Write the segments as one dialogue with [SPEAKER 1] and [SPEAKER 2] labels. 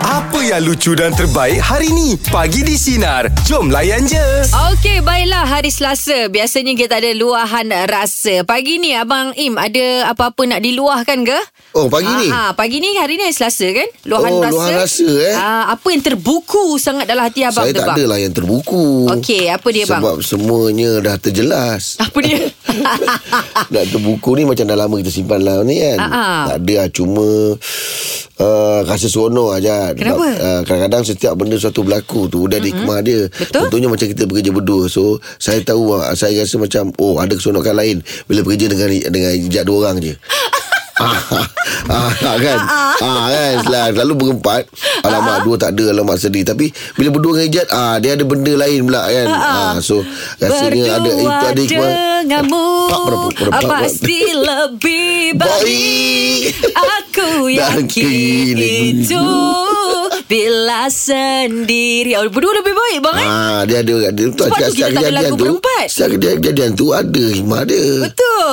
[SPEAKER 1] Apa yang lucu dan terbaik hari ni? Pagi di Sinar. Jom layan je.
[SPEAKER 2] Okey, baiklah hari Selasa. Biasanya kita ada luahan rasa. Pagi ni Abang Im ada apa-apa nak diluahkan ke?
[SPEAKER 3] Oh, pagi ni?
[SPEAKER 2] Ah, ah, pagi ni hari ni hari Selasa kan? Luahan
[SPEAKER 3] Oh,
[SPEAKER 2] rasa.
[SPEAKER 3] luahan rasa, eh?
[SPEAKER 2] Ah, apa yang terbuku sangat dalam hati Abang
[SPEAKER 3] Saya
[SPEAKER 2] tu,
[SPEAKER 3] tak
[SPEAKER 2] Bang?
[SPEAKER 3] adalah yang terbuku.
[SPEAKER 2] Okey, apa dia, bang?
[SPEAKER 3] Sebab semuanya dah terjelas.
[SPEAKER 2] Apa dia?
[SPEAKER 3] Nak terbuku ni macam dah lama kita simpan lah ni kan.
[SPEAKER 2] Ah, ah.
[SPEAKER 3] Tak ada lah. Cuma uh, rasa seronok aja.
[SPEAKER 2] Kenapa?
[SPEAKER 3] Uh, kadang-kadang setiap benda suatu berlaku tu dah mm-hmm. hikmah dia.
[SPEAKER 2] Betul.
[SPEAKER 3] Tentunya macam kita bekerja berdua. So saya tahu ah, saya rasa macam oh ada keseronokan lain bila bekerja dengan dengan hijab dua orang je. Ah, ah, ah, kan ah, kan Sel- Selalu berempat Alamak dua tak ada Alamak sedih Tapi bila berdua dengan Ijat ah, Dia ada benda lain pula kan ah, So Rasanya ada Itu
[SPEAKER 2] Berdua
[SPEAKER 3] ada hikmah
[SPEAKER 2] denganmu
[SPEAKER 3] Pak, pada, pada, pada, pada.
[SPEAKER 2] Pasti lebih baik
[SPEAKER 3] Baik.
[SPEAKER 2] Aku
[SPEAKER 3] Dan
[SPEAKER 2] yakin
[SPEAKER 3] kini.
[SPEAKER 2] itu Bila sendiri Oh, Berdua lebih baik bang eh
[SPEAKER 3] Ah, dia ada dia
[SPEAKER 2] Sebab
[SPEAKER 3] tu
[SPEAKER 2] tu kita tak ada lagu berempat.
[SPEAKER 3] Setiap kejadian, kejadian tu ada hikmah dia.
[SPEAKER 2] Betul.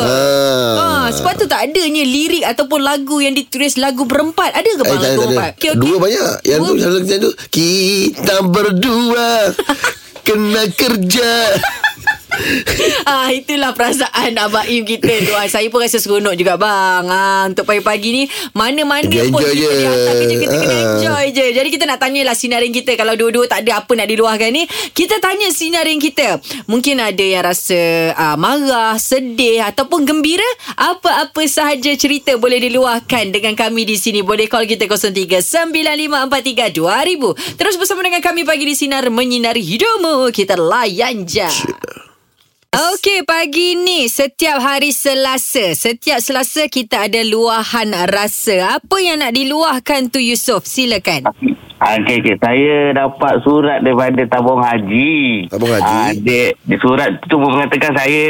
[SPEAKER 2] Ha,
[SPEAKER 3] Ah.
[SPEAKER 2] sebab tu tak adanya lirik ataupun lagu yang ditulis lagu berempat. Ada ke
[SPEAKER 3] Eh,
[SPEAKER 2] bang lagu
[SPEAKER 3] tak ada, tak ada.
[SPEAKER 2] berempat? Okey, okey.
[SPEAKER 3] Dua banyak. Yang
[SPEAKER 2] Dua.
[SPEAKER 3] tu satu lagi tu kita berdua kena kerja.
[SPEAKER 2] Ah, itulah perasaan Abang Im kita tu. Ah, saya pun rasa seronok juga bang. Ah, untuk pagi-pagi ni mana-mana
[SPEAKER 3] Kita
[SPEAKER 2] pun
[SPEAKER 3] enjoy
[SPEAKER 2] kita
[SPEAKER 3] je.
[SPEAKER 2] di atas kerja kita kena
[SPEAKER 3] Ah.
[SPEAKER 2] enjoy je. Jadi kita nak tanyalah sinarin kita kalau dua-dua tak ada apa nak diluahkan ni, kita tanya sinarin kita. Mungkin ada yang rasa ah, marah, sedih ataupun gembira. Apa-apa sahaja cerita boleh diluahkan dengan kami di sini. Boleh call kita 0395432000. Terus bersama dengan kami pagi di sinar menyinari hidupmu. Kita layan je. Okey, pagi ni setiap hari Selasa. Setiap Selasa kita ada luahan rasa. Apa yang nak diluahkan tu Yusof? Silakan.
[SPEAKER 4] Ah, Okey, okey. Saya dapat surat daripada tabung haji.
[SPEAKER 3] Tabung haji?
[SPEAKER 4] Ah, dia, dia surat tu mengatakan saya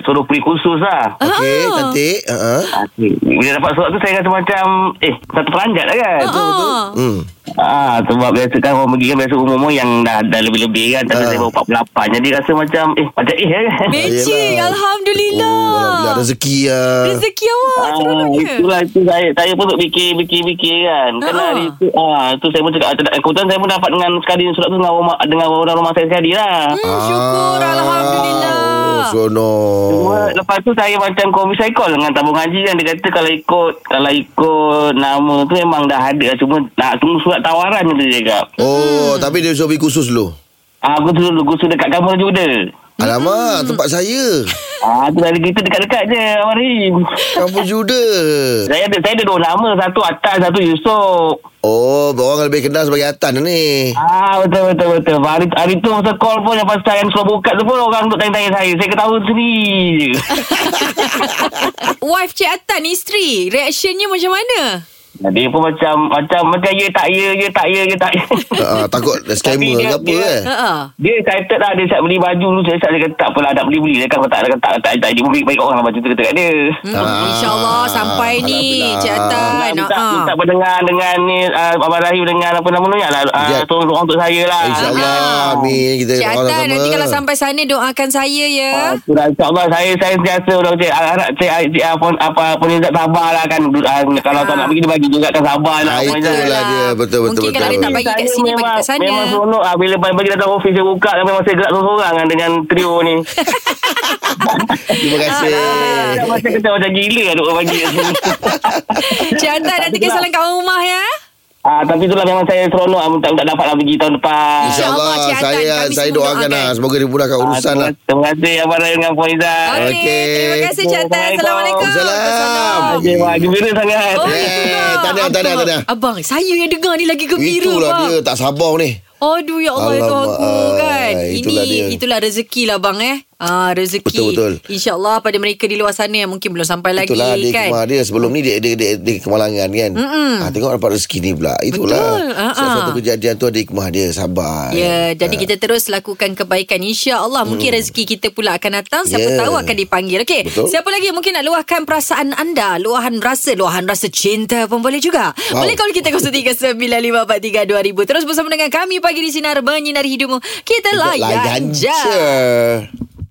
[SPEAKER 4] suruh pergi kursus lah.
[SPEAKER 3] Okey, cantik. Ha.
[SPEAKER 4] Ah, okey. Bila dapat surat tu saya rasa macam, eh, satu peranjat lah kan?
[SPEAKER 2] Oh,
[SPEAKER 3] Hmm.
[SPEAKER 4] Ah, sebab biasa kan orang pergi kan biasa umur-umur yang dah, dah lebih-lebih kan. Tapi
[SPEAKER 3] Ah.
[SPEAKER 4] saya baru 48. Jadi rasa macam, eh, macam eh kan?
[SPEAKER 2] Magic.
[SPEAKER 3] Yelah.
[SPEAKER 2] Alhamdulillah.
[SPEAKER 3] Oh, alhamdulillah rezeki ah.
[SPEAKER 2] Rezeki awak
[SPEAKER 4] Ah,
[SPEAKER 2] seronoknya.
[SPEAKER 4] itulah itu saya saya pun duk fikir fikir fikir kan. Kan
[SPEAKER 2] Ah.
[SPEAKER 4] hari tu ah tu saya pun cakap ah, tak- kebetulan saya pun dapat dengan sekali surat tu dengan rumah dengan orang rumah saya sekali lah.
[SPEAKER 2] Hmm, syukur.
[SPEAKER 3] Ah,
[SPEAKER 2] Alhamdulillah.
[SPEAKER 3] Oh, seronok.
[SPEAKER 4] Cuma lepas tu saya macam komis saya call dengan tabung haji kan. Dia kata kalau ikut kalau ikut nama tu memang dah ada. lah. Cuma nak tunggu surat tawaran je dia cakap.
[SPEAKER 2] Hmm.
[SPEAKER 3] Oh, tapi dia suruh pergi kursus dulu.
[SPEAKER 4] Ah, aku tu dulu kursus dekat kamar juda.
[SPEAKER 3] Alamak, tempat saya.
[SPEAKER 4] Ah, tu dari kita dekat-dekat je Abang Rim.
[SPEAKER 3] Kampung Juda.
[SPEAKER 4] Saya ada saya ada dua nama, satu Atas, satu Yusof.
[SPEAKER 3] Oh, orang lebih kenal sebagai Atan lah ni.
[SPEAKER 4] Ah betul betul betul. Hari hari tu masa call pun yang pasal yang sekolah buka tu pun orang duk tanya-tanya saya. Saya ketawa sendiri je.
[SPEAKER 2] Wife Cik Atan, isteri. Reaksinya macam mana?
[SPEAKER 4] Nah, dia pun macam macam macam ya tak ya ya tak ya ya tak ya.
[SPEAKER 3] Ah, takut
[SPEAKER 4] Tapi
[SPEAKER 3] scammer
[SPEAKER 4] dia-
[SPEAKER 3] ke apa
[SPEAKER 4] dia-
[SPEAKER 3] eh.
[SPEAKER 2] Ha-ha.
[SPEAKER 4] Dia excited lah Dia siap beli baju dulu Saya siap dia kata Tak apalah nak beli-beli Dia kata tak tak tak tak tak Dia baik baik orang lah Baju tu kata kat dia
[SPEAKER 2] Hmm, InsyaAllah sampai ni
[SPEAKER 3] Alhamdulillah.
[SPEAKER 2] Cik
[SPEAKER 4] Minta,
[SPEAKER 2] Atan.
[SPEAKER 4] minta,
[SPEAKER 2] Ha-ha.
[SPEAKER 4] minta pendengar dengan ni uh, Abang Rahim dengan apa nama ni lah uh,
[SPEAKER 3] Ijat.
[SPEAKER 4] Tolong doa untuk saya lah
[SPEAKER 3] InsyaAllah
[SPEAKER 2] Ah.
[SPEAKER 3] Amin Kita
[SPEAKER 2] Cik
[SPEAKER 3] doakan
[SPEAKER 2] Atan,
[SPEAKER 3] sama-sama.
[SPEAKER 2] nanti kalau sampai sana doakan saya ya.
[SPEAKER 4] Ah, tu lah, InsyaAllah saya saya sentiasa orang cik harap cik cik apa apa penizat sabar lah kan Ah, kalau tak
[SPEAKER 2] Ah.
[SPEAKER 4] nak pergi dia bagi juga kan sabar nak
[SPEAKER 3] Ah,
[SPEAKER 4] apa
[SPEAKER 3] itulah
[SPEAKER 4] Izzat.
[SPEAKER 3] dia. Betul, betul,
[SPEAKER 2] Mungkin kalau
[SPEAKER 3] betul,
[SPEAKER 2] dia tak
[SPEAKER 3] betul.
[SPEAKER 2] bagi kat
[SPEAKER 4] Saya
[SPEAKER 2] sini bagi
[SPEAKER 4] memang-
[SPEAKER 2] kat sana.
[SPEAKER 4] Memang seronok lah Bila pagi datang ofis Saya buka Saya memang saya gerak seorang-seorang kan, Dengan trio ni
[SPEAKER 3] Terima
[SPEAKER 2] Ah,
[SPEAKER 3] kasih
[SPEAKER 4] Saya Macam kita macam gila lah, Duk pagi kat sini.
[SPEAKER 2] Cik Atan nanti
[SPEAKER 4] Alhamdulillah.
[SPEAKER 2] kesalan kat rumah ya.
[SPEAKER 4] ah, Tapi itulah memang saya seronok ah, Tak, tak dapat lah pergi tahun depan
[SPEAKER 3] InsyaAllah
[SPEAKER 2] Cik Atan,
[SPEAKER 3] Saya
[SPEAKER 2] kami
[SPEAKER 3] saya
[SPEAKER 2] semua
[SPEAKER 3] doakan
[SPEAKER 2] doakan.
[SPEAKER 3] lah Semoga dimudahkan
[SPEAKER 4] Ah,
[SPEAKER 3] urusan lah
[SPEAKER 4] Terima kasih Abang Ryan dengan Faizal
[SPEAKER 2] Okey,
[SPEAKER 3] Okey.
[SPEAKER 2] terima kasih Cik Atan. Assalamualaikum.
[SPEAKER 3] Waalaikumsalam.
[SPEAKER 2] Tersono.
[SPEAKER 4] Okey, wah, Gembira sangat
[SPEAKER 2] Oh,
[SPEAKER 3] Eh,
[SPEAKER 2] itulah.
[SPEAKER 3] tahniah, tahniah,
[SPEAKER 2] Abang-
[SPEAKER 3] tahniah.
[SPEAKER 2] Abang, saya yang dengar ni lagi gembira.
[SPEAKER 3] Itulah
[SPEAKER 2] bang.
[SPEAKER 3] dia Tak sabar ni
[SPEAKER 2] Aduh, ya Allah, ya Tuhan aku
[SPEAKER 3] Alamak, Ah,
[SPEAKER 2] kan.
[SPEAKER 3] itulah
[SPEAKER 2] Ini,
[SPEAKER 3] dia.
[SPEAKER 2] itulah rezeki lah bang eh. Ah, rezeki.
[SPEAKER 3] Betul, betul.
[SPEAKER 2] InsyaAllah pada mereka di luar sana yang mungkin belum sampai lagi
[SPEAKER 3] Itulah dia
[SPEAKER 2] kan.
[SPEAKER 3] kemar dia Sebelum ni dia, dia, dia, dia kemalangan kan ha, Tengok dapat rezeki ni pula Itulah
[SPEAKER 2] Betul, ah,
[SPEAKER 3] Setiap
[SPEAKER 2] ah.
[SPEAKER 3] Satu kejadian tu ada hikmah dia Sabar
[SPEAKER 2] Ya, jadi kita terus lakukan kebaikan insya-Allah. Mungkin rezeki kita pula akan datang, siapa
[SPEAKER 3] Ya.
[SPEAKER 2] tahu akan dipanggil. Okey.
[SPEAKER 3] Betul.
[SPEAKER 2] Siapa lagi yang mungkin nak luahkan perasaan anda, luahan rasa, luahan rasa cinta pun boleh juga.
[SPEAKER 3] Wow.
[SPEAKER 2] Boleh call kita 0395432000. Terus bersama dengan kami pagi di sinar menyinari hidupmu. Kita layan,
[SPEAKER 3] Layan
[SPEAKER 2] je.
[SPEAKER 3] je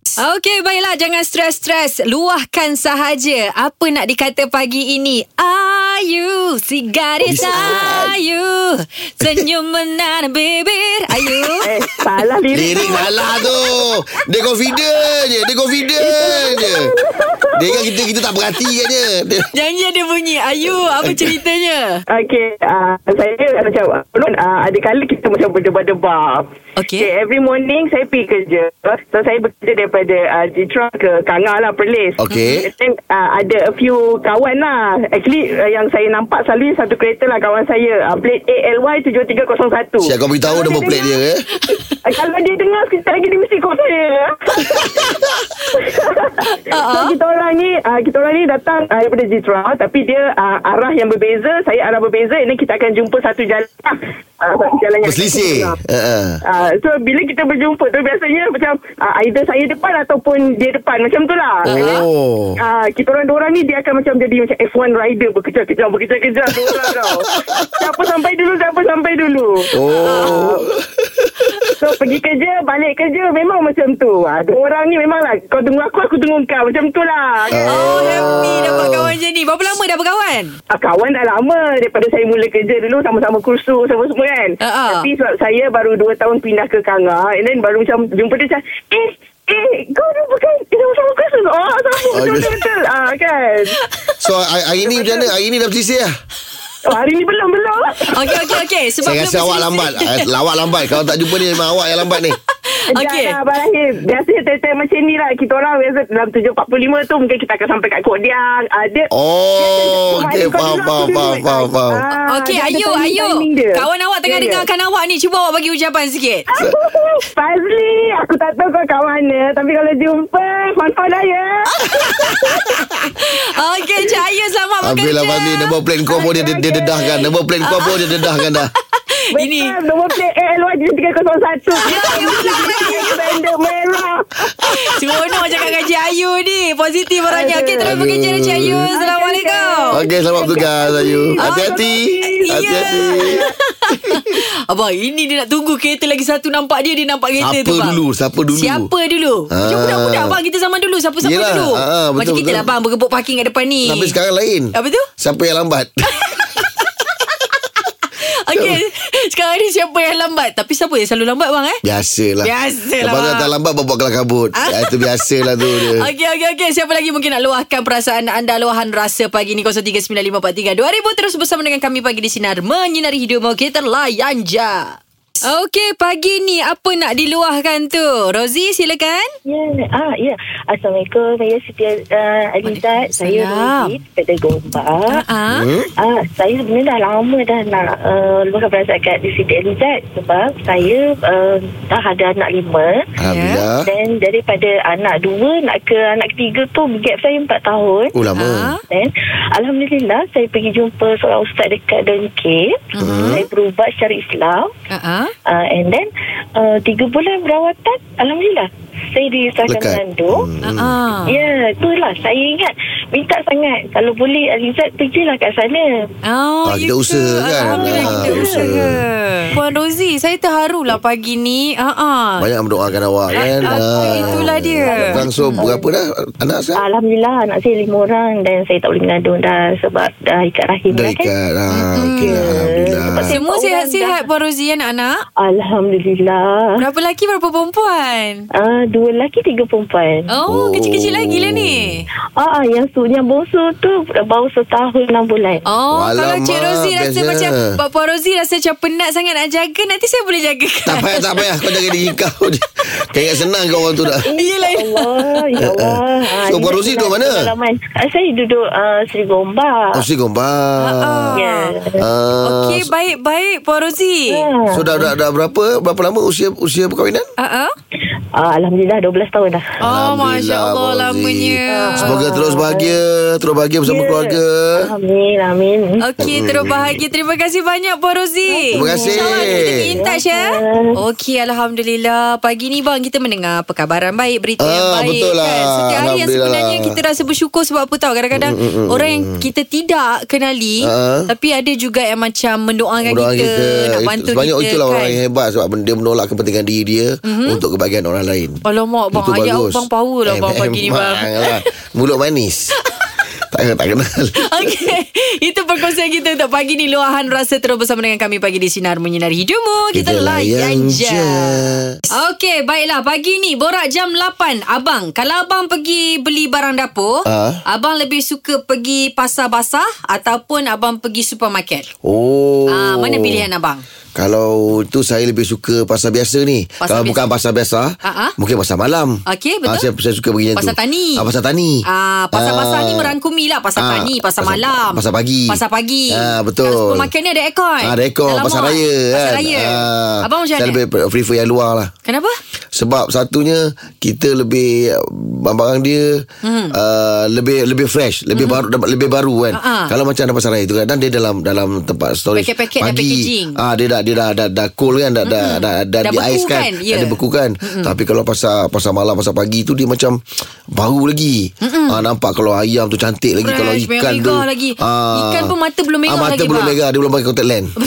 [SPEAKER 2] Okey, baiklah. Jangan stres-stres. Luahkan sahaja. Apa nak dikata pagi ini? Ayu, si gadis ayu. Senyum menahan bibir. Ayu.
[SPEAKER 5] Eh, salah lirik.
[SPEAKER 3] Lirik salah tu Dia confident je Dia confident je Dia ingat kita Kita tak perhatikan je dia,
[SPEAKER 2] Janji ada bunyi. Ayu, apa ceritanya?
[SPEAKER 5] Okay, uh, saya macam belum uh, ada kali kita macam berdebar-debar.
[SPEAKER 2] Okey.
[SPEAKER 5] okay. Every morning saya pergi kerja. So saya bekerja daripada uh, Jitra ke Kangah lah Perlis.
[SPEAKER 3] Okey.
[SPEAKER 5] And Then uh, ada a few kawan lah. Actually uh, yang saya nampak selalu satu kereta lah kawan saya. Uh, plate ALY 7301.
[SPEAKER 3] Siap kau beritahu Nombor plate dia eh
[SPEAKER 5] Eh, Kalau dia dengar sekejap lagi dia mesti call saya. so kita orang ni uh, kita orang ni datang uh, daripada Jitra tapi dia uh, arah yang berbeza, saya arah berbeza ini kita akan jumpa satu jalan uh, satu jalan yang
[SPEAKER 3] Berselisih uh-uh.
[SPEAKER 5] Uh, so bila kita berjumpa tu biasanya macam uh, either saya depan ataupun dia depan macam tu lah.
[SPEAKER 3] Oh
[SPEAKER 5] Ah, kita orang orang ni dia akan macam jadi macam F1 rider berkejar-kejar berkejar-kejar tu orang tau. Siapa sampai dulu siapa sampai dulu.
[SPEAKER 3] Oh
[SPEAKER 5] So pergi kerja Balik kerja Memang macam tu ha, Dua orang ni memang lah Kau tunggu aku Aku tunggu kau Macam tu lah kan?
[SPEAKER 2] Oh, happy dapat kawan macam ni. Berapa lama dah berkawan?
[SPEAKER 5] Ah, Kawan dah lama Daripada saya mula kerja dulu Sama-sama kursus Semua-semua kan
[SPEAKER 2] Ah, ah.
[SPEAKER 5] Tapi sebab saya Baru dua tahun pindah ke Kanga And then baru macam Jumpa dia macam Eh Eh kau ni bukan Kita sama kursus Oh sama
[SPEAKER 3] Oh, yes.
[SPEAKER 5] Betul-betul ah, Kan
[SPEAKER 3] So hari hari ni macam mana Hari ni dah berselisih lah
[SPEAKER 5] oh, Hari ni belum Belum
[SPEAKER 2] Okey, okey, okey. Sebab
[SPEAKER 3] Saya
[SPEAKER 2] belum
[SPEAKER 3] rasa awak
[SPEAKER 2] berselisih.
[SPEAKER 3] lambat Ah, Lawak lambat Kalau tak jumpa ni Memang awak yang lambat ni
[SPEAKER 2] Okey.
[SPEAKER 5] Dah lah Abang Rahim Biasanya time-time macam ni lah Kita orang biasa Dalam 7.45 tu Mungkin kita akan sampai kat Kodiang Ada
[SPEAKER 3] Oh Okay faham faham faham faham, faham.
[SPEAKER 2] Okey, Ayu, Ayu. Kawan awak
[SPEAKER 5] Ya,
[SPEAKER 2] tengah dengarkan awak ni. Cuba awak bagi ucapan sikit.
[SPEAKER 5] Fazli, aku tak tahu kau kat mana. Tapi kalau jumpa, fun-fun dah
[SPEAKER 6] lah
[SPEAKER 5] ya.
[SPEAKER 2] Okey, Cik Ayu, selamat
[SPEAKER 3] Habis
[SPEAKER 2] bekerja.
[SPEAKER 3] lah Fazli Nombor plan kau pun dia, dia, dia dedahkan Nombor plan kau pun dia dedahkan dah
[SPEAKER 2] Ini.
[SPEAKER 5] Betul, nombor plate ALY 7301. Kita mesti bandar merah.
[SPEAKER 2] Seronok cakap dengan Cik Ayu ni. Positif orangnya. Okey, terus
[SPEAKER 3] Aduh.
[SPEAKER 2] bekerja dengan Cik Ayu. Assalamualaikum.
[SPEAKER 3] Okey selamat bertugas Ayu Hati-hati
[SPEAKER 2] Ya.
[SPEAKER 3] Hati-hati
[SPEAKER 2] Abang, ini dia nak tunggu kereta lagi satu. Nampak dia, dia nampak kereta
[SPEAKER 3] Siapa
[SPEAKER 2] tu, bang.
[SPEAKER 3] dulu? Siapa dulu?
[SPEAKER 2] Siapa dulu? Macam
[SPEAKER 3] Ah.
[SPEAKER 2] budak-budak, bang. Kita zaman dulu. Siapa-siapa
[SPEAKER 3] Yelah,
[SPEAKER 2] dulu?
[SPEAKER 3] ah, ah,
[SPEAKER 2] Macam
[SPEAKER 3] betul,
[SPEAKER 2] kita
[SPEAKER 3] betul.
[SPEAKER 2] lah, bang. Bergebuk parking kat depan ni.
[SPEAKER 3] Tapi sekarang lain
[SPEAKER 2] Apa tu?
[SPEAKER 3] Siapa yang lambat
[SPEAKER 2] Okey, sekarang ni siapa yang lambat? Tapi siapa yang selalu lambat, bang, eh?
[SPEAKER 3] Biasalah
[SPEAKER 2] Biasalah,
[SPEAKER 3] Lepas tu
[SPEAKER 2] bang.
[SPEAKER 3] tak lambat Bapak kelam kabut ah, Itu biasalah tu dia
[SPEAKER 2] Okey, okey, okey. Siapa lagi mungkin nak luahkan perasaan anda, luahan rasa pagi ni 0395432000 terus bersama dengan kami pagi di Sinar Menyinari Hidupmu. Kita layan je. Okey, pagi ni apa nak diluahkan tu? Rozi, silakan.
[SPEAKER 6] Ya, ah, ya. Assalamualaikum. Saya Siti uh, Alizat. Saya
[SPEAKER 2] Waalaikumsalam.
[SPEAKER 6] Rozi daripada Gombak.
[SPEAKER 2] Ah,
[SPEAKER 3] Hmm?
[SPEAKER 6] Ah, saya sebenarnya dah lama dah nak uh, luahkan perasaan kat Siti Alizat sebab saya uh, dah ada anak lima.
[SPEAKER 3] Alhamdulillah
[SPEAKER 6] Dan daripada anak dua nak ke anak ketiga tu gap saya empat tahun.
[SPEAKER 3] Oh lama
[SPEAKER 2] Ah.
[SPEAKER 6] Dan Alhamdulillah saya pergi jumpa seorang ustaz dekat Dengkir.
[SPEAKER 2] Mhm.
[SPEAKER 6] Saya berubah secara Islam.
[SPEAKER 2] ah, ah.
[SPEAKER 6] Uh, and then uh, tiga bulan perawatan Alhamdulillah saya disahkan
[SPEAKER 3] Lekat
[SPEAKER 6] mengandung
[SPEAKER 3] Hmm.
[SPEAKER 2] Ah, ah.
[SPEAKER 6] Ya, itulah saya ingat minta sangat kalau boleh Alizat pergilah kat sana.
[SPEAKER 2] Oh,
[SPEAKER 3] Ah,
[SPEAKER 2] ya
[SPEAKER 3] kita usaha
[SPEAKER 2] ke?
[SPEAKER 3] kan?
[SPEAKER 2] Alhamdulillah
[SPEAKER 3] Ah,
[SPEAKER 2] kita
[SPEAKER 3] usaha.
[SPEAKER 2] usaha. Puan Rozi, saya terharulah pagi ni. Ah, ah.
[SPEAKER 3] Banyak mendoakan awak kan
[SPEAKER 2] Ah, itulah dia.
[SPEAKER 3] Langsung berapa dah Anak saya
[SPEAKER 6] Alhamdulillah anak saya lima orang dan saya tak boleh mengandung dah sebab dah ikat rahim
[SPEAKER 3] Dah
[SPEAKER 6] dah kan.
[SPEAKER 3] ikat ah,
[SPEAKER 2] Hmm.
[SPEAKER 3] okay,
[SPEAKER 6] Ya.
[SPEAKER 3] Alhamdulillah
[SPEAKER 6] Lepas tu-
[SPEAKER 2] Semua
[SPEAKER 6] Orang
[SPEAKER 2] sihat-sihat
[SPEAKER 6] dah-
[SPEAKER 2] Puan Rozi anak-anak?
[SPEAKER 6] Alhamdulillah.
[SPEAKER 2] Berapa lelaki, berapa perempuan?
[SPEAKER 6] Ah, dua lelaki tiga perempuan.
[SPEAKER 2] Oh,
[SPEAKER 3] Oh.
[SPEAKER 2] kecil-kecil lagi lah ni.
[SPEAKER 6] Ah, ah, yang su yang bongsu tu baru setahun enam bulan.
[SPEAKER 2] Oh, kalau
[SPEAKER 3] Alamak,
[SPEAKER 2] Cik Rozi rasa
[SPEAKER 3] bestnya.
[SPEAKER 2] macam Pak Puan Rozi rasa macam penat sangat nak jaga, nanti saya boleh jaga.
[SPEAKER 3] Tak payah tak payah Kau jaga diri kau je Kau ingat senang kau orang tu dah
[SPEAKER 2] Yelah.
[SPEAKER 6] Allah, ya
[SPEAKER 3] Eh,
[SPEAKER 6] Allah. Ah,
[SPEAKER 3] So, Puan
[SPEAKER 6] ini
[SPEAKER 3] Rosie duduk
[SPEAKER 6] pengalaman-
[SPEAKER 3] mana?
[SPEAKER 6] pengalaman. Ah, saya duduk uh, Seri Gombak.
[SPEAKER 3] Oh si gombal
[SPEAKER 6] Ya.
[SPEAKER 3] Ah,
[SPEAKER 2] Oh. Okey, baik-baik Puan Rozi.
[SPEAKER 5] Ya.
[SPEAKER 3] So dah, dah, dah berapa Berapa lama usia usia perkahwinan?
[SPEAKER 2] Ah, ah.
[SPEAKER 6] Ah, Alhamdulillah 12 tahun dah.
[SPEAKER 2] Oh, Masya Allah,
[SPEAKER 3] Abang Aziz.
[SPEAKER 2] lamanya.
[SPEAKER 3] Semoga terus bahagia Terus bahagia bersama keluarga
[SPEAKER 6] Amin, amin.
[SPEAKER 2] Okey, terus bahagia. Terima kasih banyak Puan Rozi.
[SPEAKER 3] Terima kasih.
[SPEAKER 2] InsyaAllah kita keep in touch ya. Okey, Alhamdulillah. Pagi ni bang, kita mendengar perkabaran baik, berita yang
[SPEAKER 3] Ah,
[SPEAKER 2] baik.
[SPEAKER 3] betul lah.
[SPEAKER 2] Kan? Setiap hari yang
[SPEAKER 3] Alhamdulillah Mm,
[SPEAKER 2] sebenarnya
[SPEAKER 3] lah.
[SPEAKER 2] kita rasa bersyukur sebab apa tahu. Kadang-kadang orang yang kita tidak kenali,
[SPEAKER 3] Ah.
[SPEAKER 2] tapi ada juga yang macam mendoakan
[SPEAKER 3] Orang
[SPEAKER 2] kita,
[SPEAKER 3] kita,
[SPEAKER 2] nak
[SPEAKER 3] itu-
[SPEAKER 2] bantu
[SPEAKER 3] Sebanyak
[SPEAKER 2] kita.
[SPEAKER 3] itulah
[SPEAKER 2] kan?
[SPEAKER 3] orang yang hebat Sebab dia menolak kepentingan diri dia Untuk kebahagiaan orang arah lain
[SPEAKER 2] Alamak, bang.
[SPEAKER 3] Itu
[SPEAKER 2] Ayat
[SPEAKER 3] bagus.
[SPEAKER 2] abang power lah, bang, pagi ni, bang.
[SPEAKER 3] Memang lah. Mulut manis Tak tak kenal
[SPEAKER 2] Okey, itu perkongsian kita untuk pagi ni luahan rasa terus bersama dengan kami pagi di sinar menyinari hidupmu. Kita, layan je. Okey, baiklah pagi ni borak jam 8. Abang, kalau abang pergi beli barang dapur,
[SPEAKER 3] Ah.
[SPEAKER 2] abang lebih suka pergi pasar basah ataupun abang pergi supermarket?
[SPEAKER 3] Oh
[SPEAKER 2] Ah, mana pilihan abang?
[SPEAKER 3] Kalau tu saya lebih suka pasar biasa ni.
[SPEAKER 2] Pasar
[SPEAKER 3] Pasar Kalau
[SPEAKER 2] biasa.
[SPEAKER 3] bukan pasar biasa,
[SPEAKER 2] Ah, ah.
[SPEAKER 3] mungkin pasar malam.
[SPEAKER 2] Okey, betul.
[SPEAKER 3] Ah, saya, saya suka pergi yang
[SPEAKER 2] Pasar
[SPEAKER 3] tu.
[SPEAKER 2] tani.
[SPEAKER 3] Ah, pasar tani.
[SPEAKER 2] Ah, pasar basah ni merangkumi lah pasar
[SPEAKER 3] Ah,
[SPEAKER 2] tani, pasar,
[SPEAKER 3] pasar-
[SPEAKER 2] malam,
[SPEAKER 3] pasar pagi.
[SPEAKER 2] pasar pagi.
[SPEAKER 3] Ah, betul.
[SPEAKER 2] Kalau supermarket ni ada aircon.
[SPEAKER 3] Ah, ada ekor
[SPEAKER 2] Dalam
[SPEAKER 3] pasar
[SPEAKER 2] mall.
[SPEAKER 3] raya
[SPEAKER 2] Pasar
[SPEAKER 3] kan.
[SPEAKER 2] raya.
[SPEAKER 3] Ah,
[SPEAKER 2] abang macam
[SPEAKER 3] Saya
[SPEAKER 2] mana?
[SPEAKER 3] lebih prefer yang luar lah.
[SPEAKER 2] Kenapa?
[SPEAKER 3] Sebab satunya kita lebih uh, barang-barang dia hmm. uh, lebih lebih fresh, lebih hmm. baru dapat- lebih baru kan.
[SPEAKER 2] Ah-ah.
[SPEAKER 3] Kalau macam ada pasar raya tu kadang dia dalam dalam tempat storage
[SPEAKER 2] Paket-paket dan packaging. Hmm.
[SPEAKER 3] Ah dia dah dia dah dah, dah cool kan dah dah
[SPEAKER 2] Dah
[SPEAKER 3] dah, dah, dah di
[SPEAKER 2] beku
[SPEAKER 3] ais kan.
[SPEAKER 2] kan? Ya.
[SPEAKER 3] Dah dibeku kan. Hmm. Tapi kalau pasar pasar malam pasar pagi tu dia macam baru lagi. Hmm. Ah nampak kalau ayam tu cantik lagi
[SPEAKER 2] Fresh,
[SPEAKER 3] kalau ikan
[SPEAKER 2] merah
[SPEAKER 3] tu.
[SPEAKER 2] gigau lagi. Ikan pun mata belum merah
[SPEAKER 3] ah, mata
[SPEAKER 2] lagi,
[SPEAKER 3] belum
[SPEAKER 2] bang.
[SPEAKER 3] merah dia belum pakai contact lens.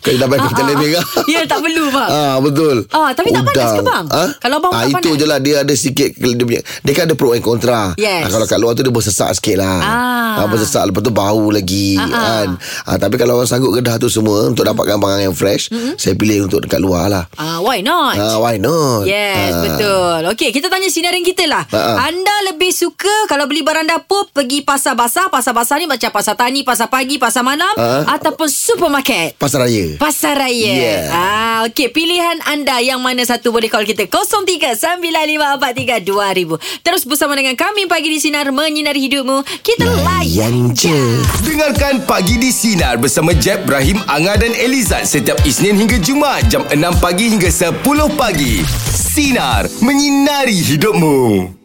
[SPEAKER 3] Kalau dah pakai contact lens merah.
[SPEAKER 2] Ya, tak perlu, bang.
[SPEAKER 3] Ah betul.
[SPEAKER 2] Ah, tapi tak panas ke, bang?
[SPEAKER 3] Ha?
[SPEAKER 2] Kalau bang
[SPEAKER 3] ah,
[SPEAKER 2] tak
[SPEAKER 3] itu
[SPEAKER 2] panas?
[SPEAKER 3] je lah dia ada sikit dia punya. Dia kan ada pro and contra.
[SPEAKER 2] Yes.
[SPEAKER 3] Ah, kalau kat luar tu dia bersesak sikit lah.
[SPEAKER 2] Ah.
[SPEAKER 3] ah bersesak lepas tu bau lagi
[SPEAKER 2] Ah, ah.
[SPEAKER 3] kan. Ah tapi kalau orang sanggup kedah tu semua untuk dapatkan barang yang fresh,
[SPEAKER 2] Mm-hmm.
[SPEAKER 3] saya pilih untuk dekat luar lah.
[SPEAKER 2] Ah, why not?
[SPEAKER 3] Ah why not?
[SPEAKER 2] Yes,
[SPEAKER 3] Ah.
[SPEAKER 2] betul. Okey, kita tanya sinarin kita lah.
[SPEAKER 3] Ha, ha.
[SPEAKER 2] Anda lebih suka kalau beli barang dapur pergi pasar basah, pasar basah ni macam pasar tani, pasar pagi, pasar malam
[SPEAKER 3] Ha.
[SPEAKER 2] ataupun supermarket?
[SPEAKER 3] Pasar raya.
[SPEAKER 2] Pasar Raya.
[SPEAKER 3] Yeah.
[SPEAKER 2] Ah, okey, pilihan anda yang mana satu boleh call kita 0395432000. Terus bersama dengan kami pagi di sinar menyinari hidupmu. Kita layan je.
[SPEAKER 1] Dengarkan Pagi di Sinar bersama Jeb, Ibrahim, Anga dan Elizad setiap Isnin hingga Jumaat jam 6 pagi hingga 10 pagi. Sinar. Menyinari hidupmu.